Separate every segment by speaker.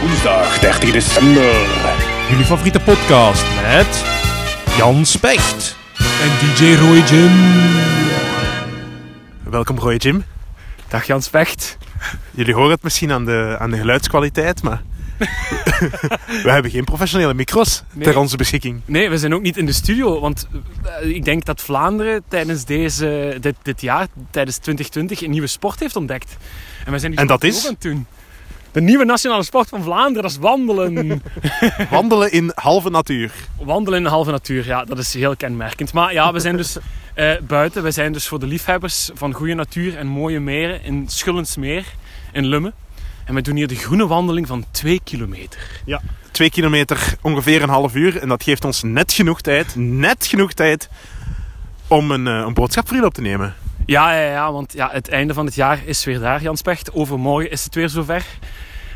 Speaker 1: Woensdag 13 december.
Speaker 2: Jullie favoriete podcast met Jan Specht.
Speaker 3: En DJ Roy Jim.
Speaker 4: Welkom Roy Jim.
Speaker 3: Dag Jan Specht.
Speaker 4: Jullie horen het misschien aan de, aan de geluidskwaliteit, maar we hebben geen professionele micro's
Speaker 3: Nee.
Speaker 4: ter onze beschikking.
Speaker 3: Nee, we zijn ook niet in de studio, want eh, ik denk dat Vlaanderen tijdens deze, dit, dit jaar, tijdens 2020, een nieuwe sport heeft ontdekt. En, we zijn die
Speaker 4: En dat
Speaker 3: sport
Speaker 4: is?
Speaker 3: ook aan het doen. De nieuwe nationale sport van Vlaanderen, dat is wandelen.
Speaker 4: Wandelen in halve natuur.
Speaker 3: wandelen in de halve natuur, ja, dat is heel kenmerkend. Maar ja, we zijn dus eh, buiten. We zijn dus voor de liefhebbers van goede natuur en mooie meren in Schullensmeer, in Lummen. En we doen hier de groene wandeling van 2 kilometer.
Speaker 4: Twee kilometer, ongeveer een half uur. En dat geeft ons net genoeg tijd, net genoeg tijd om een, eh, een boodschap voor jullie op te nemen.
Speaker 3: Ja, ja, ja, want ja, het einde van het jaar is weer daar, Jan Specht. Overmorgen is het weer zover.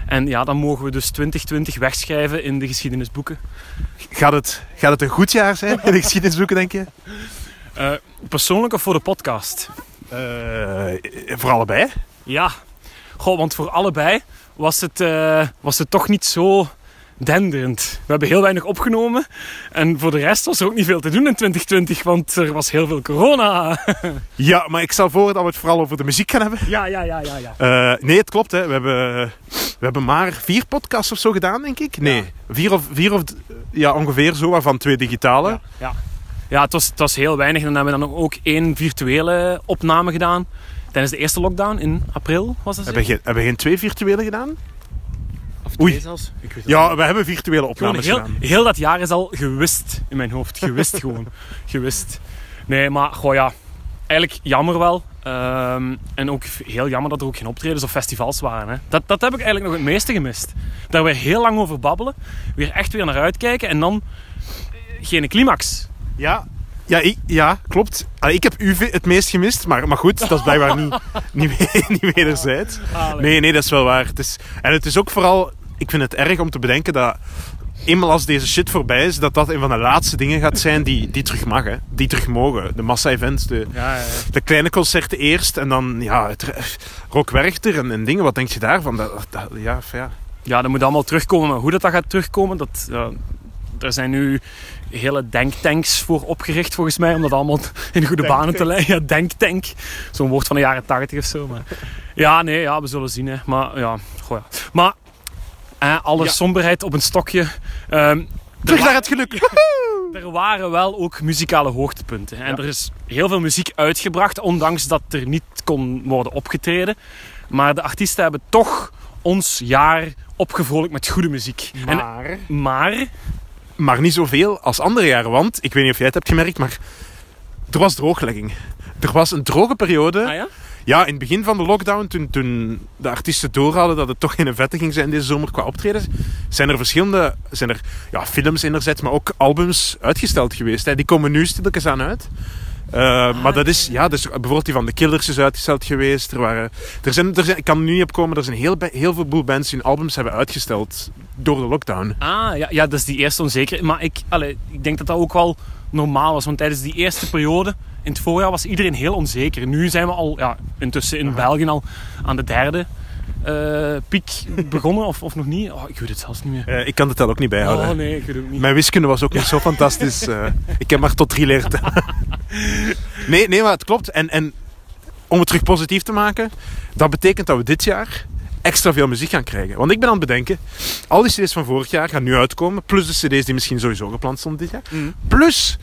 Speaker 3: En ja, dan mogen we dus 2020 wegschrijven in de geschiedenisboeken.
Speaker 4: Gaat het, gaat het een goed jaar zijn in de geschiedenisboeken, denk je?
Speaker 3: Eh, persoonlijk of voor de podcast?
Speaker 4: Eh, voor allebei.
Speaker 3: Ja. Goh, want voor allebei was het, eh, was het toch niet zo denderend. We hebben heel weinig opgenomen. En voor de rest was er ook niet veel te doen in 2020, want er was heel veel corona.
Speaker 4: Ja, maar ik stel voor dat we het vooral over de muziek gaan hebben.
Speaker 3: Ja, ja, ja, ja, ja.
Speaker 4: Eh, nee, het klopt. Hè. We, hebben, we hebben maar vier podcasts of zo gedaan, denk ik. Nee, vier of, vier of ja, ongeveer zo, waarvan twee digitale.
Speaker 3: Ja. Ja, het was, het was heel weinig. En dan hebben we dan ook één virtuele opname gedaan. Tijdens de eerste lockdown in april was dat
Speaker 4: Hebben, we
Speaker 3: zo?
Speaker 4: geen, hebben we geen twee virtuele gedaan?
Speaker 3: Of
Speaker 4: Oei.
Speaker 3: twee zelfs? Ik weet het niet.
Speaker 4: Ja, we hebben virtuele
Speaker 3: Gewoon
Speaker 4: opnames
Speaker 3: heel,
Speaker 4: gedaan.
Speaker 3: heel dat jaar is al gewist in mijn hoofd. Gewist gewoon. Gewist. Nee, maar goh ja. Eigenlijk jammer wel. Ehm, en ook heel jammer dat er ook geen optredens of festivals waren. Hè. Dat, dat heb ik eigenlijk nog het meeste gemist. Daar weer heel lang over babbelen. Weer echt weer naar uitkijken. En dan eh, geen climax.
Speaker 4: Ja, ja, ik- ja klopt. Allee, ik heb u ve- het meest gemist, maar, maar goed, dat is blijkbaar niet, niet, we- niet wederzijds.
Speaker 3: Nee.
Speaker 4: Nee, nee, dat is wel waar. Het is, en het is ook vooral... Ik vind het erg om te bedenken dat... Eenmaal als deze shit voorbij is, dat dat een van de laatste dingen gaat zijn die, die terug mag. Hè. Die terug mogen. De massa-events, de,
Speaker 3: Ja, ja, ja.
Speaker 4: de kleine concerten eerst. En dan, ja, het, Rock Werchter en, en dingen. Wat denk je daarvan? Dat, dat- ja, f- ja.
Speaker 3: Ja, dat moet allemaal terugkomen. Maar hoe dat, dat gaat terugkomen, dat, eh, er zijn nu hele denktanks voor opgericht, volgens mij, om dat allemaal in goede banen te leiden. Ja, denktank. Zo'n woord van de jaren 80 of zo. Maar. Ja, nee, ja, we zullen zien. Hè. Maar ja, goh, ja. Maar eh, alle
Speaker 4: Ja.
Speaker 3: somberheid op een stokje. Ehm,
Speaker 4: Terug naar het geluk.
Speaker 3: er waren wel ook muzikale hoogtepunten. En er is heel veel muziek uitgebracht, ondanks dat er niet kon worden opgetreden. Maar de artiesten hebben toch ons jaar opgevrolijkt met goede muziek. En
Speaker 4: Maar...
Speaker 3: maar
Speaker 4: maar niet zoveel als andere jaren. Want, ik weet niet of jij het hebt gemerkt, maar er was drooglegging. Er was een droge periode.
Speaker 3: ja?
Speaker 4: Ah, Ja, in het begin van de lockdown, toen, toen de artiesten doorhadden dat het toch geen vette ging zijn deze zomer qua optredens, zijn er verschillende zijn er, ja, films inderzet, maar ook albums uitgesteld geweest. Hè. Die komen nu stilletjes aan uit. Eh, maar dat is, ja, dus bijvoorbeeld die van de Killers is uitgesteld geweest. Er waren, er zijn, er zijn, ik kan er nu niet op komen, er zijn heel, be- heel veel boel bands die hun albums hebben uitgesteld door de lockdown.
Speaker 3: Ah, ja, ja, dat is die eerste onzekerheid. Maar ik, allee, ik denk dat dat ook wel normaal was. Want tijdens die eerste periode, in het voorjaar, was iedereen heel onzeker. Nu zijn we al, ja, intussen in België al aan de derde eh, piek begonnen. Of, of nog niet? Oh, ik weet het zelfs niet meer.
Speaker 4: Eh, ik kan de tel ook niet bijhouden.
Speaker 3: Oh nee, ik weet het ook niet.
Speaker 4: Mijn wiskunde was ook niet zo fantastisch. eh. ik heb maar tot drie leren tellen. nee, nee, maar het klopt. En, en om het terug positief te maken, dat betekent dat we dit jaar extra veel muziek gaan krijgen. Want ik ben aan het bedenken, al die cd's van vorig jaar gaan nu uitkomen, plus de cd's die misschien sowieso gepland stonden dit jaar.
Speaker 3: Mm.
Speaker 4: Plus,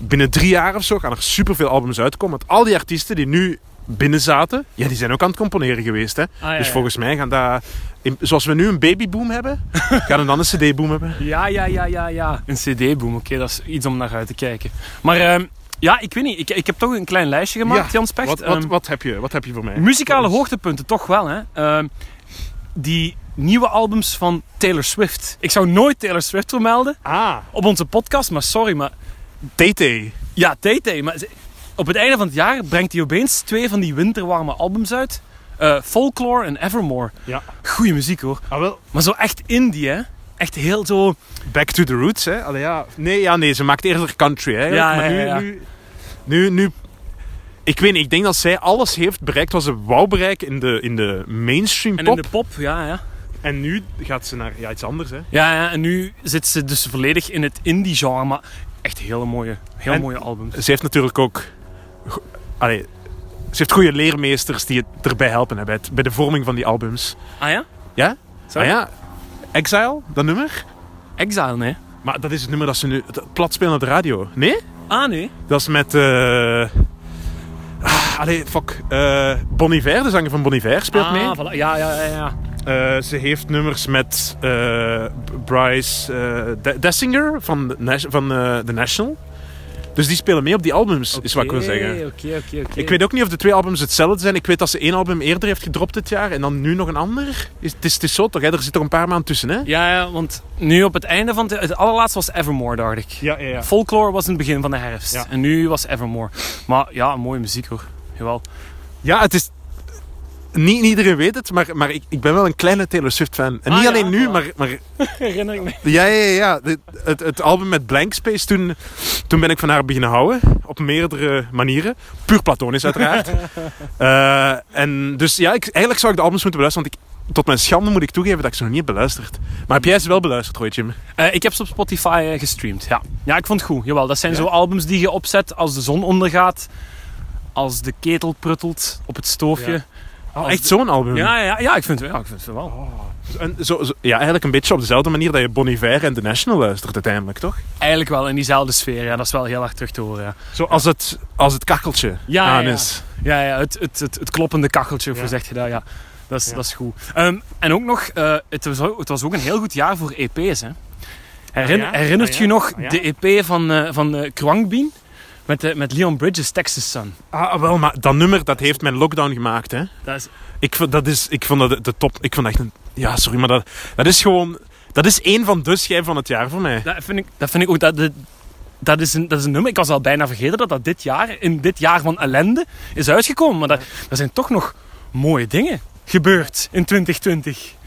Speaker 4: binnen drie jaar of zo gaan er superveel albums uitkomen. Want al die artiesten die nu binnen zaten, ja, die zijn ook aan het componeren geweest. Hè?
Speaker 3: Ah, ja,
Speaker 4: dus
Speaker 3: ja.
Speaker 4: volgens mij gaan daar, in- zoals we nu een babyboom hebben, gaan we dan een cd-boom hebben.
Speaker 3: Ja, ja, ja, ja, ja. Een CD-boom, oké, dat is iets om naar uit te kijken. Maar ehm, ja, ik weet niet. Ik, ik heb toch een klein lijstje gemaakt,
Speaker 4: Ja,
Speaker 3: Jan Specht.
Speaker 4: Wat, wat,
Speaker 3: Ehm,
Speaker 4: wat, heb je, wat heb je voor mij?
Speaker 3: Muzikale hoogtepunten, toch wel, hè? Ehm, die nieuwe albums van Taylor Swift. Ik zou nooit Taylor Swift vermelden
Speaker 4: Ah,
Speaker 3: op onze podcast, maar sorry, maar...
Speaker 4: TT.
Speaker 3: Ja, TT, maar ze- op het einde van het jaar brengt hij opeens twee van die winterwarme albums uit. Eh, Folklore en Evermore.
Speaker 4: Ja.
Speaker 3: Goeie muziek, hoor.
Speaker 4: Ah, wel.
Speaker 3: Maar zo echt indie, hè? Echt heel zo...
Speaker 4: Back to the roots, hè? Allee, ja. Nee, ja, nee, ze maakt eerder country, hè?
Speaker 3: Ja,
Speaker 4: maar
Speaker 3: ja,
Speaker 4: nu,
Speaker 3: ja, ja.
Speaker 4: Nu, nu, nu- Ik weet niet, ik denk dat zij alles heeft bereikt wat ze wou bereiken in de, in de mainstream
Speaker 3: En
Speaker 4: pop.
Speaker 3: in de pop, ja, ja.
Speaker 4: En nu gaat ze naar ja, iets anders. Hè.
Speaker 3: Ja, ja, en nu zit ze dus volledig in het indie-genre, maar echt hele mooie, heel
Speaker 4: En-
Speaker 3: mooie albums.
Speaker 4: Ze heeft natuurlijk ook. go- Allee, ze heeft goede leermeesters die het erbij helpen hè, bij, het- bij de vorming van die albums.
Speaker 3: Ah ja?
Speaker 4: Ja?
Speaker 3: Sorry?
Speaker 4: Ah ja, Exile, dat nummer?
Speaker 3: Exile, nee.
Speaker 4: Maar dat is het nummer dat ze nu dat plat spelen op de radio. Nee?
Speaker 3: Ah, nee.
Speaker 4: Dat is met. eh ah, allee, fuck. eh bon Iver, de zanger van Bon Iver, speelt
Speaker 3: ah,
Speaker 4: mee.
Speaker 3: voilà. Ja, ja, ja, ja.
Speaker 4: Eh, ze heeft nummers met eh, Bryce eh, De- Dessinger van, de, Nas- van eh, The National. Dus die spelen mee op die albums, is wat ik wil
Speaker 3: Oké,
Speaker 4: zeggen.
Speaker 3: Oké, oké, oké.
Speaker 4: Ik weet ook niet of de twee albums hetzelfde zijn. Ik weet dat ze één album eerder heeft gedropt dit jaar en dan nu nog een ander. Is, het, is, het is zo toch? Hè? Er zit er een paar maanden tussen, hè?
Speaker 3: Ja, ja, want nu op het einde van het... Het allerlaatste was Evermore, dacht ik.
Speaker 4: Ja, ja, ja.
Speaker 3: Folklore was in het begin van de herfst.
Speaker 4: Ja.
Speaker 3: En nu was Evermore. Maar ja, mooie muziek hoor. Jawel.
Speaker 4: Ja, het is... Niet iedereen weet het, maar, maar ik, ik ben wel een kleine Taylor Swift-fan. En
Speaker 3: Ah,
Speaker 4: niet
Speaker 3: ja,
Speaker 4: alleen nu,
Speaker 3: voilà.
Speaker 4: maar, maar
Speaker 3: Herinner ik me.
Speaker 4: Ja, ja, ja. ja. De- het, het album met Blank Space, toen, toen ben ik van haar beginnen houden. Op meerdere manieren. Puur platonisch, uiteraard. Eh, en dus ja, ik, eigenlijk zou ik de albums moeten beluisteren. Want ik, tot mijn schande moet ik toegeven dat ik ze nog niet heb beluisterd. Maar heb jij ze wel beluisterd, Roy Jim?
Speaker 3: Eh, ik heb ze op Spotify eh, gestreamd, ja. Ja, ik vond het goed. Jawel, dat zijn
Speaker 4: Ja?
Speaker 3: zo albums die je opzet als de zon ondergaat. Als de ketel pruttelt op het stoofje.
Speaker 4: Ja.
Speaker 3: Ja,
Speaker 4: Oh, echt zo'n album?
Speaker 3: ja, ja, ja, ik vind het, ja, ik vind het wel.
Speaker 4: En zo, zo- ja, eigenlijk een beetje op dezelfde manier dat je Bon Iver en The National luistert uiteindelijk, toch?
Speaker 3: Eigenlijk wel in diezelfde sfeer, ja. Dat is wel heel erg terug te horen, ja.
Speaker 4: Zo als het, als het kakkeltje
Speaker 3: Ja,
Speaker 4: aan
Speaker 3: ja, ja.
Speaker 4: is.
Speaker 3: Ja, ja het, het, het, het kloppende kacheltje,
Speaker 4: Ja.
Speaker 3: hoe zeg je dat? Ja. Dat, is,
Speaker 4: Ja.
Speaker 3: dat is goed. Ehm, en ook nog, eh, het, was, ook- het was ook een heel goed jaar voor EP's. Hè? Herin-
Speaker 4: Ah ja?
Speaker 3: Herinnert
Speaker 4: Ah ja?
Speaker 3: je nog
Speaker 4: Ah ja?
Speaker 3: de EP van, eh van eh, Kwang Bien? Met, eh, met Leon Bridges, Texas Sun.
Speaker 4: Ah, wel, maar dat nummer dat heeft mijn lockdown gemaakt, hè?
Speaker 3: Dat is,
Speaker 4: Ik vond dat, is, ik vond dat de, de top. Ik vond echt een. Ja, sorry, maar dat, dat is gewoon. Dat is één van de schijven van het jaar voor mij.
Speaker 3: dat, vind ik, dat vind ik ook... Dat, dat, dat is, een, dat is een nummer. Ik was al bijna vergeten dat dat dit jaar, in dit jaar van ellende, is uitgekomen. Maar dat, dat zijn toch nog mooie dingen gebeurd in 2020.